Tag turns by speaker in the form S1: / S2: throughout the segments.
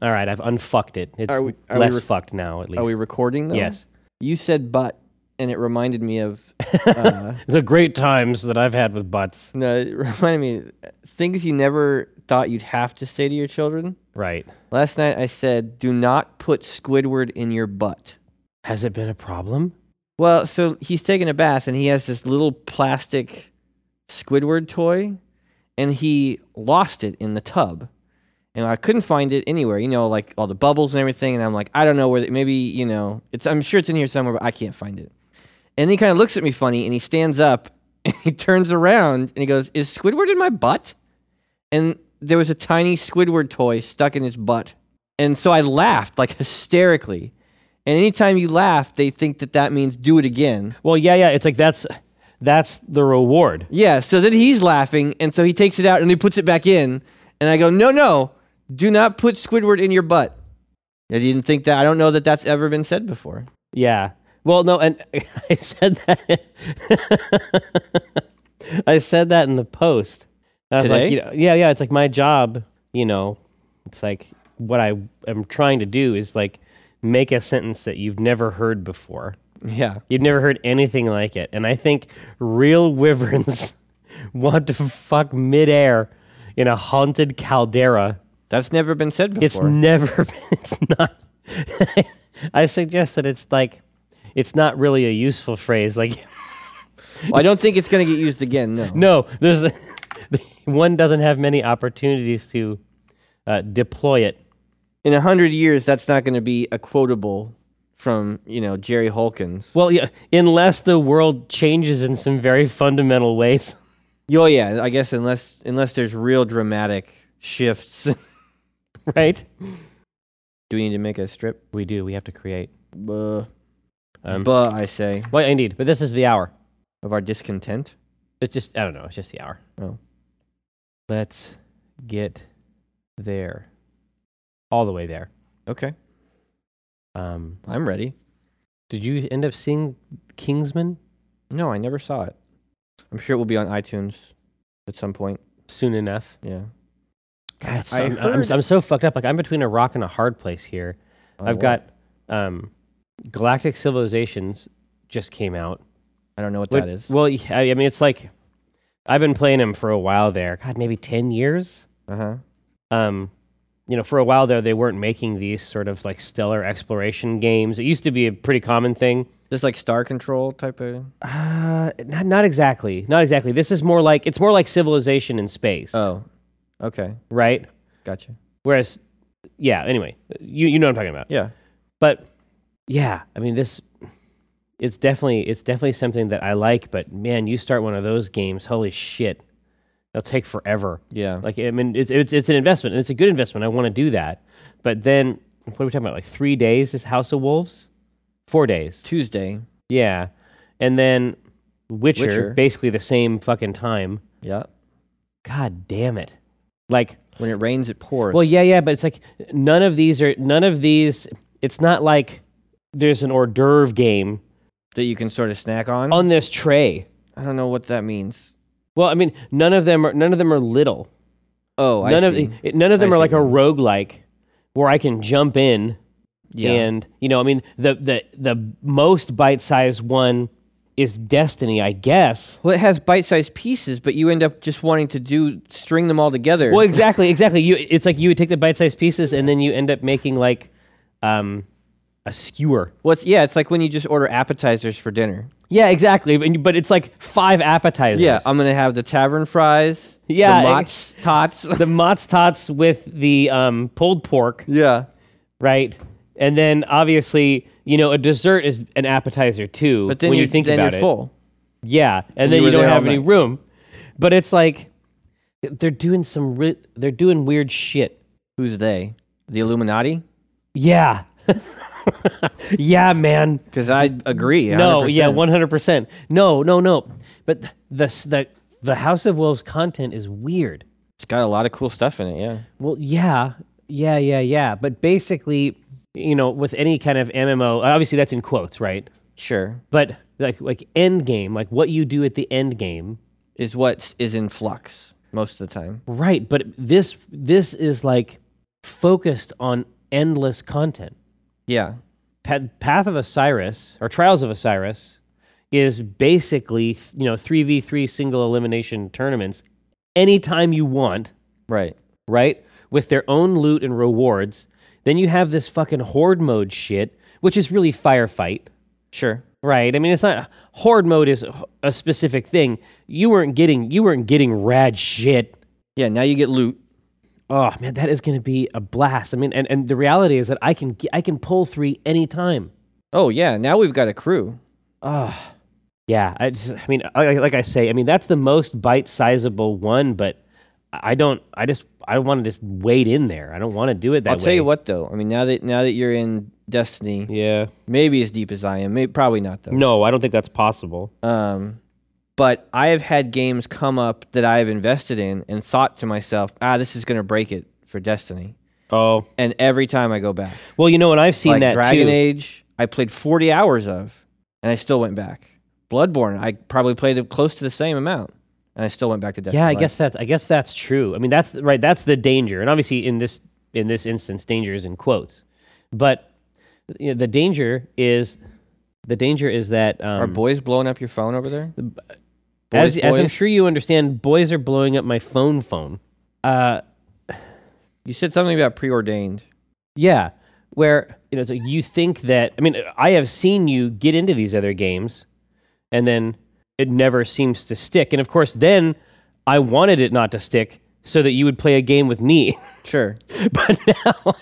S1: All right, I've unfucked it. It's
S2: Are we- are we
S1: less
S2: re-
S1: fucked now, at least.
S2: Are we recording though?
S1: Yes.
S2: You said but, and it reminded me of. Uh,
S1: The great times that I've had with butts.
S2: no, it reminded me of things you never thought you'd have to say to your children.
S1: Right.
S2: Last night I said, "Do not put Squidward in your butt."
S1: Has it been a problem?
S2: Well, so he's taking a bath and he has this little plastic Squidward toy and he lost it in the tub. And I couldn't find it anywhere, you know, like all the bubbles and everything. And I'm like, I don't know where, the, maybe, you know, it's, I'm sure it's in here somewhere, but I can't find it. And he kind of looks at me funny and he stands up and he turns around and he goes, Is Squidward in my butt? And there was a tiny Squidward toy stuck in his butt. And so I laughed like hysterically. And anytime you laugh, they think that that means do it again.
S1: Well, yeah, yeah. It's like that's that's the reward.
S2: Yeah. So then he's laughing. And so he takes it out and he puts it back in. And I go, no, no, do not put Squidward in your butt. I didn't think that. I don't know that that's ever been said before.
S1: Yeah. Well, no, and I said that. I said that in the post. I was
S2: Today?
S1: like, you know, yeah, yeah. It's like my job. You know, it's like what I am trying to do is like make a sentence that you've never heard before.
S2: Yeah.
S1: You've never heard anything like it. And I think real wyverns want to fuck midair in a haunted caldera.
S2: That's never been said
S1: It's
S2: before.
S1: never been, it's not. I suggest that it's like, it's not really a useful phrase. Like,
S2: Well, I don't think it's going to get used again. No.
S1: no, there's one doesn't have many opportunities to uh, deploy it.
S2: In a hundred years, that's not going to be a quotable from, you know, Jerry Holkins.
S1: Well, yeah, unless the world changes in some very fundamental ways.
S2: Oh, yeah. I guess unless unless there's real dramatic shifts.
S1: Right?
S2: Do we need to make a strip?
S1: We do. We have to create.
S2: Buh.
S1: Um,
S2: Buh, I say.
S1: Well, indeed. But this is the hour.
S2: of our discontent.
S1: It's just I don't know. It's just the hour.
S2: Oh.
S1: Let's get there, all the way there.
S2: Okay,
S1: Um,
S2: I'm ready.
S1: did you end up seeing Kingsman
S2: No, I never saw it. I'm sure it will be on iTunes at some point.
S1: soon enough?
S2: Yeah,
S1: God, it's
S2: I
S1: so- I'm, I'm,
S2: heard-
S1: I'm so fucked up. Like I'm between a rock and a hard place here.
S2: Oh,
S1: I've
S2: well,
S1: got um, Galactic Civilizations just came out.
S2: I don't know what
S1: Wait,
S2: that is.
S1: Well, yeah, I I mean, it's like I've been playing him for a while there. God, maybe ten years.
S2: Uh huh.
S1: um, you know, for a while there, they weren't making these sort of like stellar exploration games. It used to be a pretty common thing.
S2: Just like Star Control type of.
S1: Uh, not not exactly, not exactly. This is more like it's more like civilization in space,
S2: Oh, okay,
S1: right?
S2: gotcha.
S1: Whereas, yeah. Anyway, you you know what I'm talking about.
S2: Yeah,
S1: But yeah, I mean this. It's definitely it's definitely something that I like. But man, you start one of those games, holy shit, that'll take forever.
S2: yeah.
S1: Like I mean, it's it's it's an investment, and it's a good investment. I want to do that, but then what are we talking about? Like three days is House of Wolves, four days,
S2: Tuesday.
S1: yeah, and then Witcher,
S2: Witcher.
S1: basically the same fucking time.
S2: Yeah.
S1: God damn it! Like,
S2: When it rains, it pours.
S1: well, yeah, yeah, but it's like none of these are none of these. It's not like there's an hors d'oeuvre game
S2: that you can sort of snack on.
S1: on this tray.
S2: I don't know what that means.
S1: Well, I mean, none of them are none of them are little.
S2: Oh, I
S1: None of
S2: see.
S1: it- none of them are
S2: I see
S1: like a
S2: what you
S1: roguelike where I can jump in.
S2: yeah.
S1: And you know, I mean, the the the most bite-sized one is Destiny, I guess.
S2: well, it has bite-sized pieces, but you end up just wanting to do string them all together.
S1: Well, exactly, exactly. You it's like you would take the bite-sized pieces and then you end up making like um a skewer.
S2: What's yeah? It's like when you just order appetizers for dinner.
S1: Yeah, exactly. But, you- but it's like five appetizers.
S2: Yeah, um, I'm gonna have the tavern fries.
S1: Yeah,
S2: the
S1: I-
S2: Mott's tots.
S1: the Mott's tots with the um pulled pork,
S2: yeah,
S1: right? And then obviously, you know, a dessert is an appetizer too.
S2: but then
S1: when
S2: you're,
S1: you think
S2: then
S1: about
S2: you're
S1: it.
S2: full.
S1: Yeah, and, then
S2: you
S1: you,
S2: were
S1: don't
S2: there
S1: have
S2: all
S1: any
S2: night.
S1: room. But it's like they're doing some ri- they're doing weird shit.
S2: Who's they? The Illuminati?
S1: Yeah. yeah, man.
S2: Because I agree.
S1: No, yeah,
S2: 100%.
S1: 100%. No, no, no. But th- the s- the the House of Wolves content is weird.
S2: it's got a lot of cool stuff in it. Yeah,
S1: Well, yeah. Yeah, yeah, yeah. But basically, you know, with any kind of MMO, obviously that's in quotes, right?
S2: sure.
S1: But like like end game, like what you do at the end game
S2: Is what is in flux most of the time.
S1: Right, but this this is like focused on endless content.
S2: Yeah.
S1: Pa- Path of Osiris or Trials of Osiris is basically th- you know three v three single elimination tournaments anytime you want,
S2: Right.
S1: right? With their own loot and rewards. Then you have this fucking horde mode shit, which is really firefight,
S2: Sure.
S1: right? I mean, it's not horde mode is a- a specific thing. You weren't getting you weren't getting rad shit
S2: Yeah. Now you get loot.
S1: Oh man, that is going to be a blast. I mean, and, and the reality is that I can g- I can pull three anytime.
S2: Oh yeah. Now we've got a crew.
S1: Yeah, I, just- I mean, I- I- like I say, I mean that's the most bite sizable one, but I don't. I just I want to just wade in there. I don't want to do it that
S2: I'll
S1: way.
S2: tell you what though. I mean, now that now that you're in Destiny,
S1: Yeah.
S2: maybe as deep as I am, maybe probably not though.
S1: No, I don't think that's possible.
S2: Um, but I have had games come up that I have invested in and thought to myself, ah, this is going to break it for Destiny.
S1: Oh.
S2: And every time I go back,
S1: Well, you know, and I've seen
S2: like
S1: that
S2: Dragon
S1: too.
S2: Age, I played 40 hours of, and I still went back. Bloodborne, I probably played it close to the same amount, and I still went back to Destiny.
S1: Yeah, I
S2: Like,
S1: guess that's I guess that's true. I mean, that's right. That's the danger, and obviously in this in this instance, danger is in quotes. But you know, the danger is the danger is that um,
S2: Are boys blowing up your phone over there?
S1: as,
S2: Boys,
S1: as I'm
S2: boys.
S1: sure you understand, boys are blowing up my phone phone.
S2: You said something about preordained.
S1: Yeah, where you know, so you think that I mean, I have seen you get into these other games, and then it never seems to stick. And of course, then I wanted it not to stick so that you would play a game with me.
S2: Sure.
S1: but now,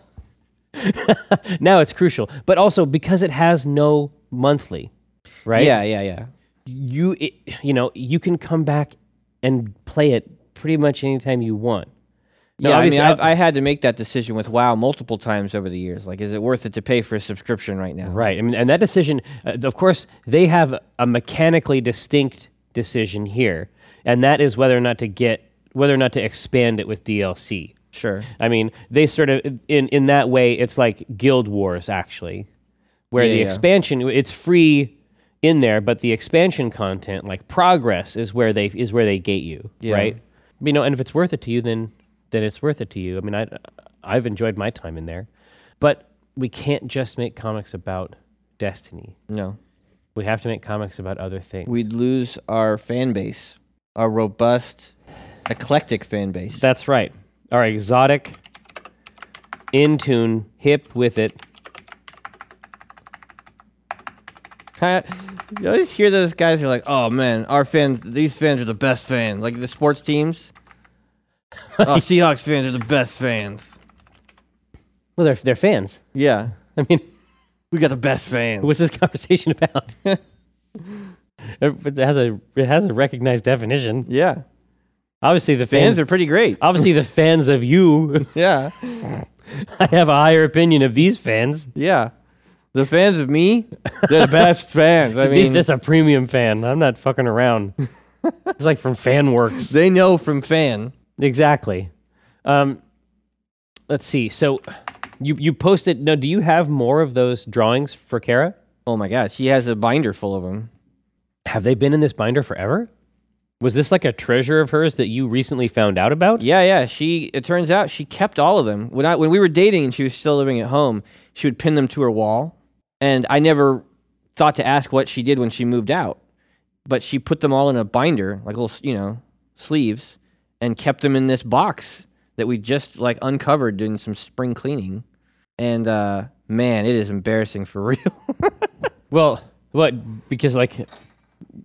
S1: now it's crucial. But also because it has no monthly, right?
S2: Yeah, yeah, yeah.
S1: you it, you know you can come back and play it pretty much anytime you want. Now,
S2: yeah, I mean,
S1: obviously, I-
S2: I've, I had to make that decision with WoW multiple times over the years. Like, is it worth it to pay for a subscription right now?
S1: Right. I mean, and that decision, uh, of course, they have a mechanically distinct decision here, and that is whether or not to get whether or not to expand it with DLC.
S2: Sure.
S1: I mean, they sort of in in that way, it's like Guild Wars actually, where
S2: Yeah,
S1: the
S2: yeah.
S1: expansion it's free in there, but the expansion content like progress is where they is where they gate you,
S2: Yeah.
S1: right? You know, and if it's worth it to you, then then it's worth it to you. I mean, I I've enjoyed my time in there, but we can't just make comics about Destiny.
S2: No.
S1: We have to make comics about other things.
S2: We'd lose our fan base, our robust, eclectic fan base.
S1: That's right. Our exotic, in tune, hip with it.
S2: you always hear those guys who are like, oh man, our fans, these fans are the best fans. Like the sports teams. oh, Seahawks fans are the best fans.
S1: Well, they're they're fans.
S2: Yeah.
S1: I mean.
S2: We got the best fans.
S1: What's this conversation about? it has a it has a recognized definition.
S2: yeah.
S1: Obviously the fans,
S2: Fans are pretty great.
S1: obviously the fans of you.
S2: Yeah.
S1: I have a higher opinion of these fans.
S2: Yeah. The fans of me, they're the best fans. I
S1: This
S2: mean,
S1: this a premium fan. I'm not fucking around. it's like from FanWorks.
S2: they know from fan.
S1: Exactly. Um, let's see. So you you posted. No, do you have more of those drawings for Kara?
S2: Oh my God. She has a binder full of them.
S1: Have they been in this binder forever? Was this like a treasure of hers that you recently found out about?
S2: Yeah, yeah. She it turns out she kept all of them. When I when we were dating and she was still living at home, she would pin them to her wall. And I never thought to ask what she did when she moved out. But she put them all in a binder, like little, you know, sleeves and kept them in this box that we just like uncovered doing some spring cleaning. And uh man, it is embarrassing for real.
S1: Well, what? Because like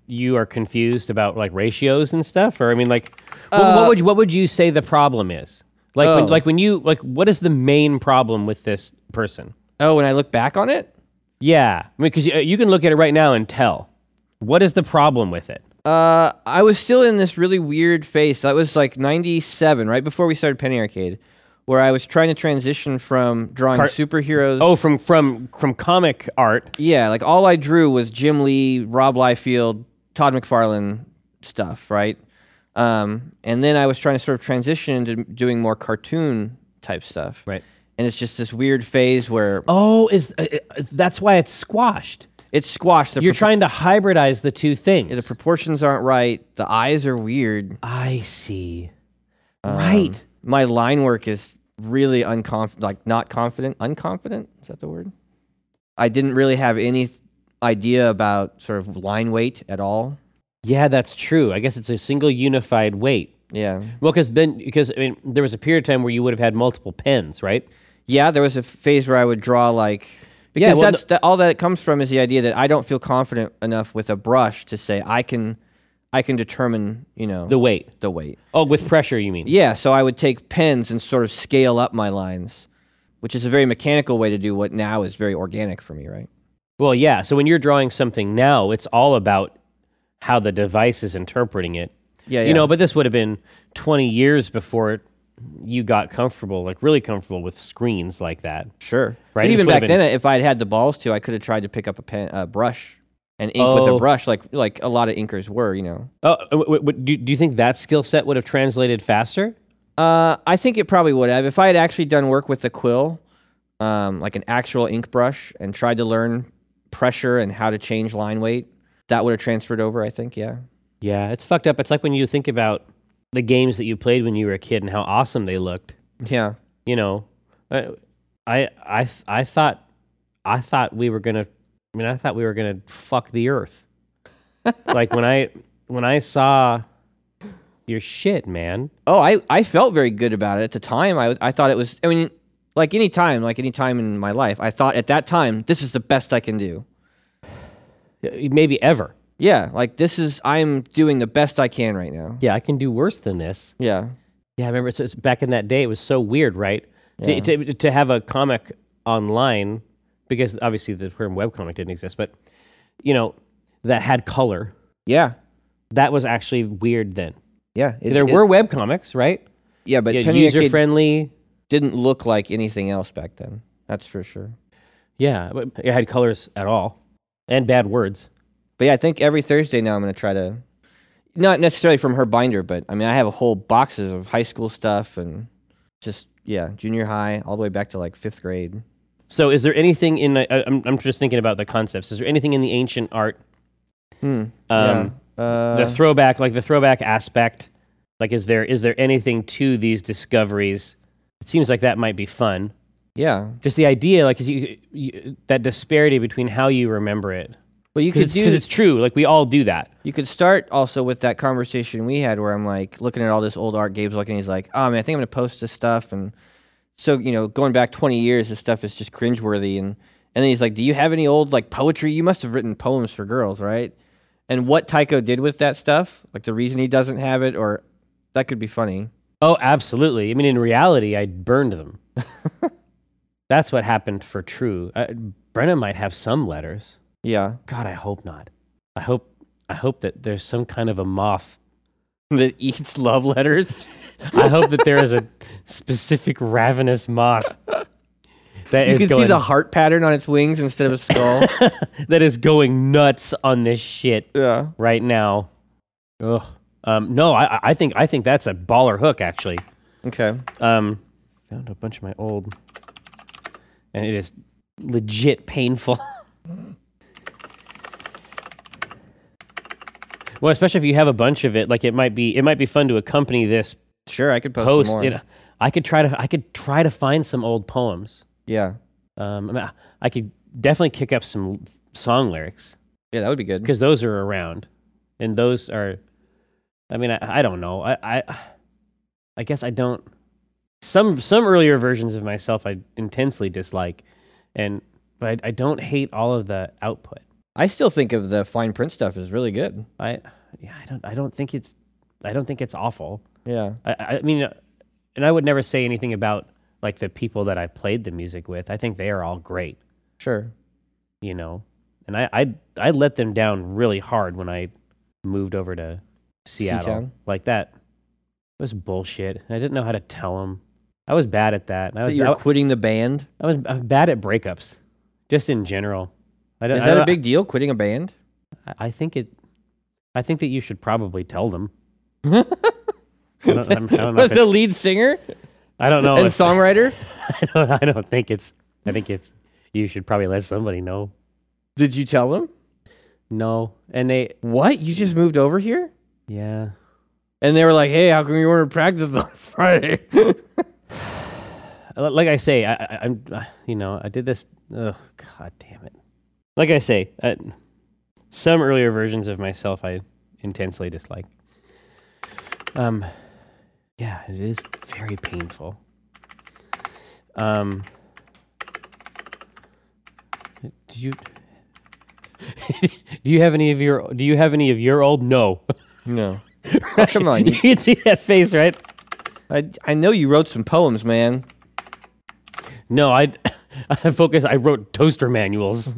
S1: you are confused about like ratios and stuff, or I mean, like what, what would what would you say the problem is? Like
S2: Oh.
S1: when, like when you like what is the main problem with this person?
S2: oh, when I look back on it,
S1: Yeah, I mean, because you, you can look at it right now and tell what is the problem with it.
S2: Uh, I was still in this really weird phase. That was like '97, right before we started Penny Arcade, where I was trying to transition from drawing superheroes.
S1: Oh, from from from comic art.
S2: yeah, like all I drew was Jim Lee, Rob Liefeld, Todd McFarlane stuff, right? Um, and then I was trying to sort of transition to doing more cartoon type stuff,
S1: Right.
S2: And it's just this weird phase where
S1: Oh, is uh, uh, that's why it's squashed.
S2: it's squashed. The,
S1: You're
S2: propor-
S1: trying to hybridize the two things.
S2: the proportions aren't right. The eyes are weird.
S1: I see. right.
S2: My line work is really unconfident, like not confident, unconfident. Is that the word? I didn't really have any th- idea about sort of line weight at all.
S1: Yeah, that's true. I guess it's a single unified weight.
S2: Yeah.
S1: Well, because then, because I mean, there was a period of time where you would have had multiple pens, right?
S2: Yeah, there was a phase where I would draw like because
S1: Yeah, well,
S2: that's that, all that it comes from is the idea that I don't feel confident enough with a brush to say I can I can determine, you know,
S1: The weight.
S2: the weight.
S1: Oh, with pressure, you mean?
S2: Yeah, so I would take pens and sort of scale up my lines, which is a very mechanical way to do what now is very organic for me, right?
S1: Well, yeah. So when you're drawing something now, it's all about how the device is interpreting it.
S2: Yeah, yeah.
S1: You know, but this would have been 20 years before you got comfortable, like really comfortable with screens like that.
S2: Sure.
S1: Right,
S2: But
S1: this
S2: even
S1: would've
S2: back
S1: been-
S2: then, if I had had the balls to, I could have tried to pick up a pen, a brush, and ink with a
S1: Oh.
S2: brush, like like a lot of inkers were, you know.
S1: Oh, w- w- w- do, do you think that skill set would have translated faster?
S2: Uh, I think it probably would have if I had actually done work with the quill, um, like an actual ink brush, and tried to learn pressure and how to change line weight. That would have transferred over, I think. Yeah.
S1: Yeah, it's fucked up. It's like when you think about the games that you played when you were a kid and how awesome they looked.
S2: Yeah.
S1: You know, I, I, I, th- I thought, I thought we were gonna. I mean, I thought we were gonna fuck the earth. like when I, when I saw your shit, man.
S2: Oh, I, I felt very good about it at the time. I was- I thought it was. I mean, like any time, like any time in my life, I thought at that time this is the best I can do.
S1: Maybe ever.
S2: Yeah, like this is I'm doing the best I can right now.
S1: Yeah, I can do worse than this.
S2: Yeah.
S1: Yeah, I remember it's, it's back in that day. It was so weird, right? To, to, to have a comic online because obviously the term webcomic didn't exist, but you know that had color.
S2: Yeah.
S1: That was actually weird then.
S2: Yeah. It-
S1: There
S2: it-
S1: were webcomics, right?
S2: Yeah, but
S1: Yeah,
S2: Penny
S1: user
S2: Arcade
S1: friendly.
S2: didn't look like anything else back then. That's for sure.
S1: Yeah, but it had colors at all and bad words.
S2: But yeah, I think every Thursday now I'm going to try to, not necessarily from her binder, but I mean, I have a whole boxes of high school stuff and just, yeah, junior high, all the way back to like fifth grade.
S1: So, is there anything in? I, I'm, I'm just thinking about the concepts. Is there anything in the ancient art, um,
S2: Hmm. yeah. Uh,
S1: the throwback, like the throwback aspect? Like, is there is there anything to these discoveries? It seems like that might be fun.
S2: yeah.
S1: just the idea like is you, you that disparity between how you remember it
S2: Well, you could
S1: because it's,
S2: do,
S1: 'cause it's true like we all do that
S2: you could start also with that conversation we had where I'm like looking at all this old art Gabe's looking, he's like, oh man, I think I'm going to post this stuff. And so, you know, going back 20 years, this stuff is just cringeworthy. And, and then he's like, do you have any old like poetry? You must have written poems for girls, right? And what Tycho did with that stuff, like the reason he doesn't have it, or that could be funny.
S1: oh absolutely i mean in reality i burned them that's what happened for true uh, brenna might have some letters
S2: Yeah.
S1: god i hope not i hope i hope that there's some kind of a moth
S2: that eats love letters.
S1: i hope that there is a specific ravenous moth that
S2: you
S1: is
S2: can
S1: going
S2: see the heart pattern on its wings instead of a skull.
S1: that is going nuts on this shit
S2: yeah.
S1: right now. Ugh. Um, no, I, I- I think I think that's a baller hook actually.
S2: Okay.
S1: Um, found a bunch of my old, and it is legit painful. well, especially if you have a bunch of it, like it might be it might be fun to accompany this
S2: Sure, I could post, some
S1: post.
S2: more.
S1: You know, I could try to I could try to find some old poems.
S2: Yeah.
S1: Um, I, mean, I- I could definitely kick up some song lyrics
S2: Yeah, that would be good.
S1: because those are around, and those are. I mean, I, I don't know. I, I I guess I don't. Some some earlier versions of myself I intensely dislike, and but I, I don't hate all of the output.
S2: I still think of the fine print stuff as really good.
S1: I yeah, I don't I don't think it's I don't think it's awful.
S2: Yeah.
S1: I- I, I mean, and I would never say anything about like the people that I played the music with. I think they are all great.
S2: Sure.
S1: you know. And I, I I let them down really hard when I moved over to Seattle.
S2: Seatown?
S1: Like that was bullshit. And I didn't know how to tell them. I was bad at that. And I
S2: That
S1: was
S2: you're
S1: I,
S2: quitting the band.
S1: I was I'm bad at breakups, just in general. I don't,
S2: Is
S1: I
S2: that a
S1: don't-
S2: big deal? Quitting a band?
S1: I- I think it. I think that you should probably tell them. I don't, I'm- I don't know. If Oh,
S2: the
S1: it,
S2: lead singer
S1: I don't know.
S2: and
S1: if-
S2: songwriter?
S1: I, don't, I don't think it's. I think if you should probably let somebody know.
S2: Did you tell them?
S1: No, and they.
S2: What? You just moved over here?
S1: Yeah.
S2: And they were like, "Hey, how come you weren't at practice on Friday?"
S1: li- like I say, I, I, I'm, uh, you know, I did this. Oh God damn it! Like I say, uh, some earlier versions of myself I intensely dislike. Um, yeah, it is very painful. Um, do you do you have any of your do you have any of your old no?
S2: No. Oh, come on.
S1: you can see that face, right?
S2: I, I know you wrote some poems, man.
S1: No, I, I focus. I wrote toaster manuals.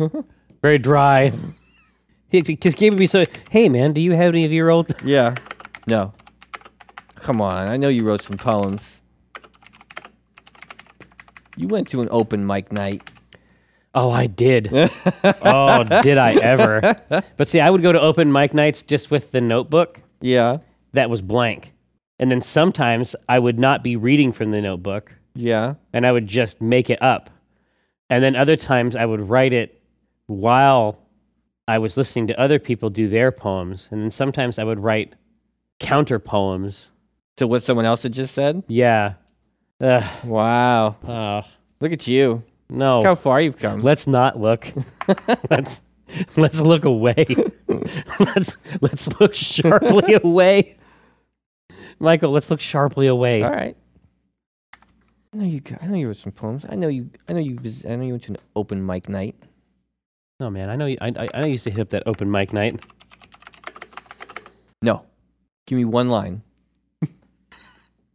S1: Very dry. He ex- just gave me so. Hey, man, do you have any of your old?
S2: Yeah. No. Come on. I know you wrote some poems. You went to an open mic night.
S1: Oh, I did. oh, did I ever? But see, I would go to open mic nights just with the notebook
S2: Yeah.
S1: that was blank, and then sometimes I would not be reading from the notebook,
S2: Yeah.
S1: and I would just make it up, and then other times I would write it while I was listening to other people do their poems, and then sometimes I would write counter poems.
S2: To what someone else had just said?
S1: Yeah. Ugh.
S2: Wow.
S1: Uh,
S2: Look at you.
S1: no.
S2: Look how far you've come.
S1: Let's not look. let's let's look away. let's let's look sharply away. Michael, let's look sharply away.
S2: All right. I know you. g- I know you wrote some poems. I know you. I know you. Vis- I know you went to an open mic night.
S1: No man, I know you, I, I I used to hit up that open mic night.
S2: No. Give me one line.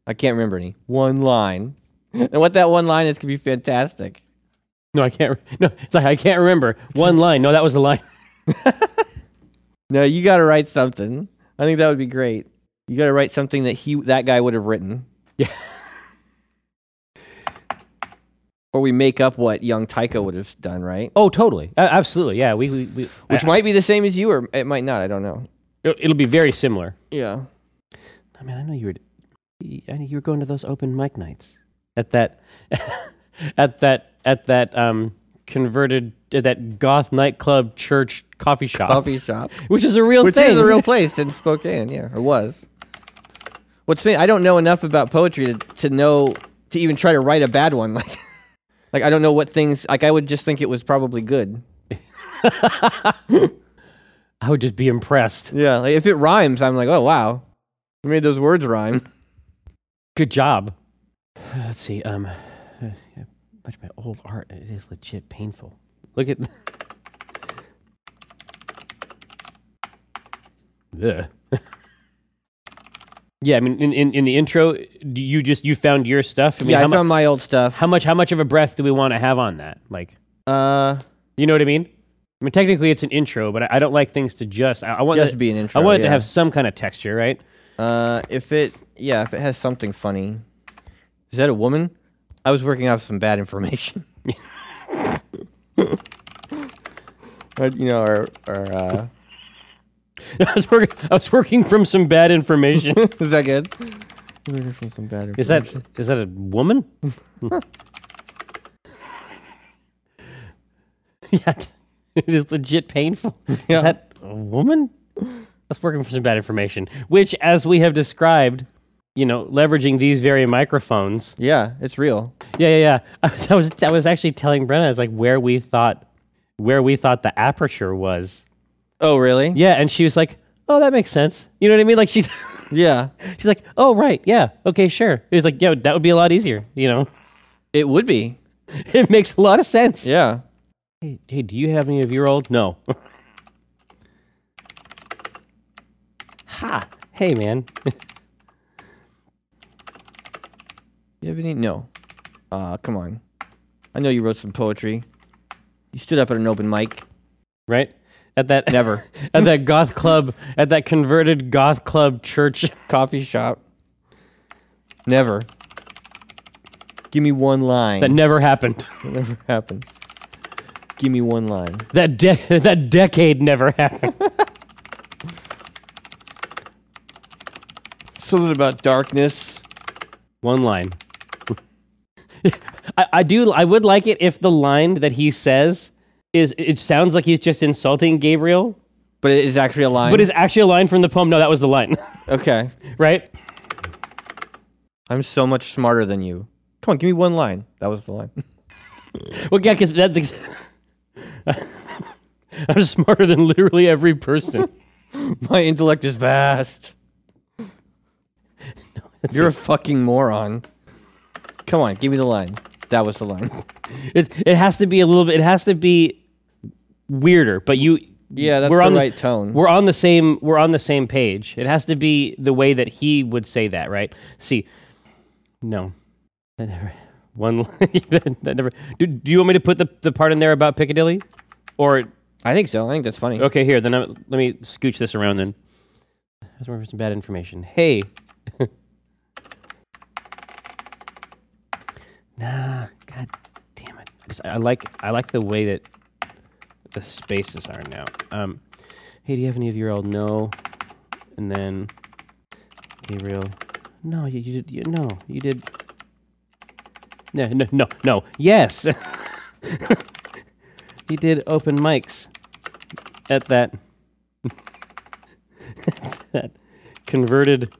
S2: I can't remember any. One line. And what that one line is could be fantastic.
S1: No, I can't. re- No, it's like I can't remember one line. No, that was the line.
S2: No, you got to write something. I think that would be great. You got to write something that he that guy would have written.
S1: Yeah.
S2: Or we make up what young Tycho would have done, right?
S1: Oh, totally. A- absolutely. Yeah, we we, we
S2: Which
S1: I-
S2: might be the same as you, or it might not. I don't know.
S1: it'll- it'll be very similar.
S2: Yeah.
S1: I mean, I know you were, I know you were going to those open mic nights at that, at that, at that um, converted at that goth nightclub church coffee shop,
S2: Coffee shop.
S1: which is a real
S2: Uh, Which
S1: thing.
S2: is a real place in Spokane, yeah, or was. What's funny, I don't know enough about poetry to, to know to even try to write a bad one. Like, like I don't know what things. Like I would just think it was probably good.
S1: I would just be impressed.
S2: Yeah, like if it rhymes, I'm like, oh wow, you made those words rhyme.
S1: Good job. Let's see. Um, uh, much my old art. It is legit painful. Look at. Ugh. yeah, I mean, in, in, in the intro, do you just you found your stuff. I mean,
S2: yeah, I
S1: how mu-
S2: found my old stuff.
S1: how much how much of a breath do we want to have on that like
S2: Uh,
S1: you know what i mean i mean technically it's an intro but i, I don't like things to just i, I want
S2: just
S1: it-
S2: be an intro.
S1: i want it
S2: yeah.
S1: to have some kind of texture right
S2: Uh, if it, yeah, if it has something funny. Is that a woman? I was working off some bad information. Uh, you know, or, or uh,
S1: i was working i was working from some bad information
S2: is that good? Working from some bad
S1: is that is that a woman yeah it is legit painful
S2: Yeah.
S1: is that a woman that's working for some bad information which as we have described you know leveraging these very microphones
S2: Yeah, it's real.
S1: Yeah, yeah, yeah. I was, I was, I was actually telling Brenna, I was like, where we thought, where we thought the aperture was.
S2: Oh, really?
S1: Yeah, and she was like, oh, that makes sense. You know what I mean? Like she's,
S2: Yeah.
S1: she's like, oh, right, yeah, okay, sure. It was like, yeah, that would be a lot easier. You know,
S2: It would be.
S1: it makes a lot of sense.
S2: Yeah.
S1: Hey, hey, do you have any of your old? No. ha! Hey, man.
S2: You have any? No. Uh, come on. I know you wrote some poetry. You stood up at an open mic.
S1: right at that
S2: Never.
S1: at that goth club at that converted goth club church.
S2: Coffee shop. Never. Give me one line.
S1: That never happened.
S2: That never happened. Give me one line.
S1: That de- that decade never happened.
S2: Something about darkness.
S1: One line. I, I do. I would like it if the line that he says is. It sounds like he's just insulting Gabriel,
S2: But it is actually a line.
S1: but is actually a line from the poem. No, that was the line,
S2: okay.
S1: right?
S2: I'm so much smarter than you. Come on, give me one line. That was the line.
S1: Well, yeah, because that's. Ex- I'm smarter than literally every person.
S2: My intellect is vast. You're a fucking moron. Come on, give me the line. That was the line.
S1: It it has to be a little bit. It has to be weirder. But you,
S2: Yeah, that's
S1: we're
S2: the
S1: on
S2: right tone.
S1: We're on the same. We're on the same page. It has to be the way that he would say that, right? See, no, that never. One line- that never. Do, do you want me to put the, the part in there about Piccadilly, or
S2: I think so. I think that's funny.
S1: Okay, here. Then i let me scooch this around. Then that's more for some bad information. Hey. nah. God damn it. 'Cause I, I like I like the way that the spaces are now. Um. Hey, do you have any of your old no? And then Gabriel. No, you, you did. You, no, you did. No, no, no, no. Yes. you did open mics at that that converted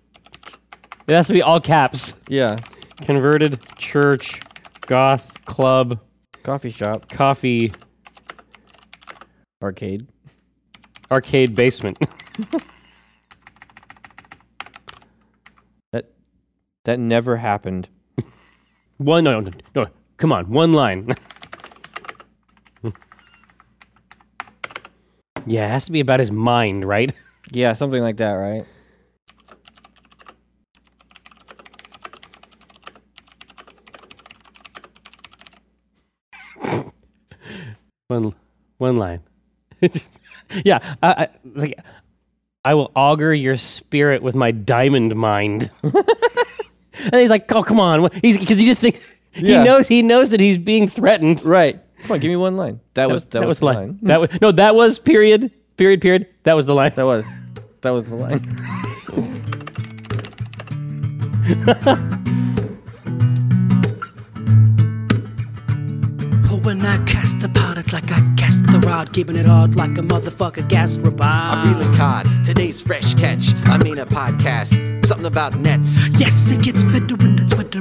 S1: it has to be all caps
S2: Yeah.
S1: converted church goth club
S2: Coffee shop,
S1: coffee
S2: arcade.
S1: arcade basement
S2: That that never happened.
S1: one no no no come on one line yeah it has to be about his mind right
S2: Yeah, something like that, right?
S1: one one line yeah I, I it's like i will augur your spirit with my diamond mind and he's like oh come on What- he's because he just thinks
S2: Yeah.
S1: he knows he knows that he's being threatened
S2: Right. Come on, give me one line. That, was that, was, the
S1: line.
S2: line.
S1: that was no that was period period period that was the line
S2: That was that was the line.
S3: But when I cast the pot, it's like I cast the rod, keeping it hard like a motherfucker gas robot.
S4: I'm reeling cod. Today's fresh catch. I mean a podcast. Something about nets.
S3: Yes, it gets better when it's winter.